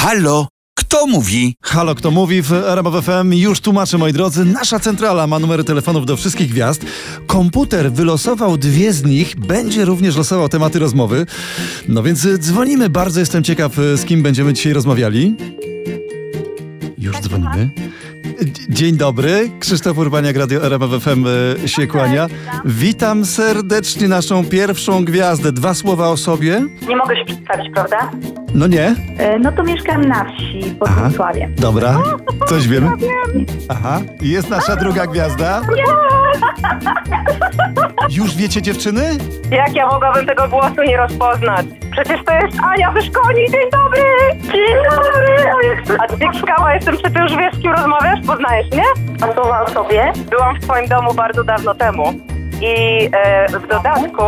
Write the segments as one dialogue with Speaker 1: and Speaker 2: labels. Speaker 1: Halo, kto mówi?
Speaker 2: Halo, kto mówi w RMF FM? Już tłumaczę, moi drodzy. Nasza centrala ma numery telefonów do wszystkich gwiazd. Komputer wylosował dwie z nich. Będzie również losował tematy rozmowy. No więc y, dzwonimy. Bardzo jestem ciekaw, y, z kim będziemy dzisiaj rozmawiali. Już dzwonimy. Y, D- Dzień dobry. Krzysztof Urbaniak, Radio RMF FM y, się kłania. Witam serdecznie naszą pierwszą gwiazdę. Dwa słowa o sobie?
Speaker 3: Nie mogę się przedstawić, prawda?
Speaker 2: No nie?
Speaker 3: E, No to mieszkam na wsi pod
Speaker 2: Aha.
Speaker 3: Wrocławiem.
Speaker 2: Dobra. Coś wiemy? Aha. I Jest nasza druga gwiazda. Już wiecie dziewczyny?
Speaker 3: Jak ja mogłabym tego głosu nie rozpoznać? Przecież to jest Ania Wyszkoni, dzień dobry! Dzień dobry! A ty ciekawa jestem, czy ty już wiesz, z kim rozmawiasz? Poznajesz, nie? A słowa o sobie? Byłam w twoim domu bardzo dawno temu. I e, w dodatku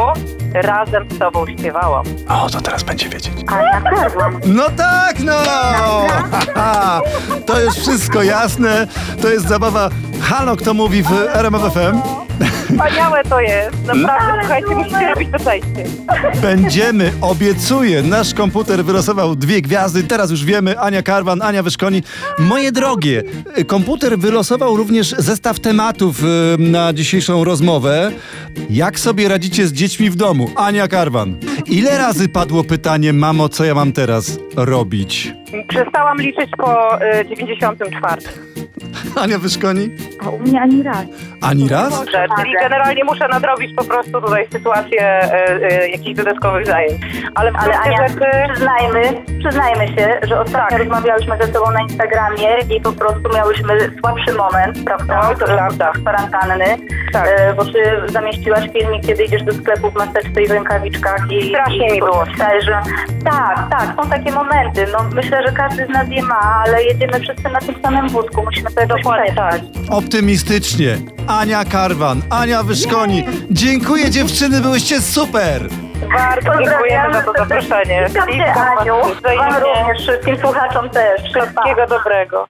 Speaker 3: razem z tobą śpiewałam.
Speaker 2: O, to teraz będzie wiedzieć.
Speaker 3: A ja kradłam.
Speaker 2: No tak, no! Ha, ha. To już wszystko jasne. To jest zabawa Halo, kto mówi w RMF FM.
Speaker 3: Wspaniałe to jest, naprawdę. Słuchajcie, musicie robić to częściej.
Speaker 2: Będziemy, obiecuję. Nasz komputer wylosował dwie gwiazdy. Teraz już wiemy. Ania Karwan, Ania Wyszkoni. Moje drogie, y, komputer wylosował również zestaw tematów y, na dzisiejszą rozmowę. Jak sobie radzicie z dziećmi w domu? Ania Karwan. Ile razy padło pytanie, mamo, co ja mam teraz robić?
Speaker 3: Przestałam liczyć po y, 94.
Speaker 2: Ania Wyszkoni?
Speaker 4: A u mnie ani raz.
Speaker 2: Ani raz?
Speaker 3: Dobrze, czyli generalnie muszę nadrobić po prostu tutaj sytuację e, e, jakichś dodatkowych zajęć. Ale w
Speaker 4: Ale
Speaker 3: gruncie
Speaker 4: Ania,
Speaker 3: rzeczy...
Speaker 4: przyznajmy, przyznajmy się, że ostatnio
Speaker 3: Tak.
Speaker 4: rozmawiałyśmy ze sobą na Instagramie i po prostu miałyśmy słabszy moment, prawda?
Speaker 3: No, to prawda.
Speaker 4: Kwarantanny,
Speaker 3: Tak.
Speaker 4: e, bo ty zamieściłaś filmik, kiedy idziesz do sklepu w maseczce i w rękawiczkach i...
Speaker 3: Strasznie
Speaker 4: i
Speaker 3: mi było.
Speaker 4: Myślałeś, że... Tak, tak, są takie momenty. No, myślę, że każdy z nas je ma, ale jedziemy wszyscy na tym samym wózku. Musimy to jakoś
Speaker 3: Dokładnie tak.
Speaker 2: Optymistycznie. Ania Karwan, Ania Wyszkoni. Dziękuję dziewczyny, byłyście super!
Speaker 3: Bardzo dziękujemy za to zaproszenie.
Speaker 4: Dziękuję Aniu,
Speaker 3: Wzajemnie.
Speaker 4: Wam również, wszystkim słuchaczom też. Pa, pa.
Speaker 3: Wszystkiego dobrego.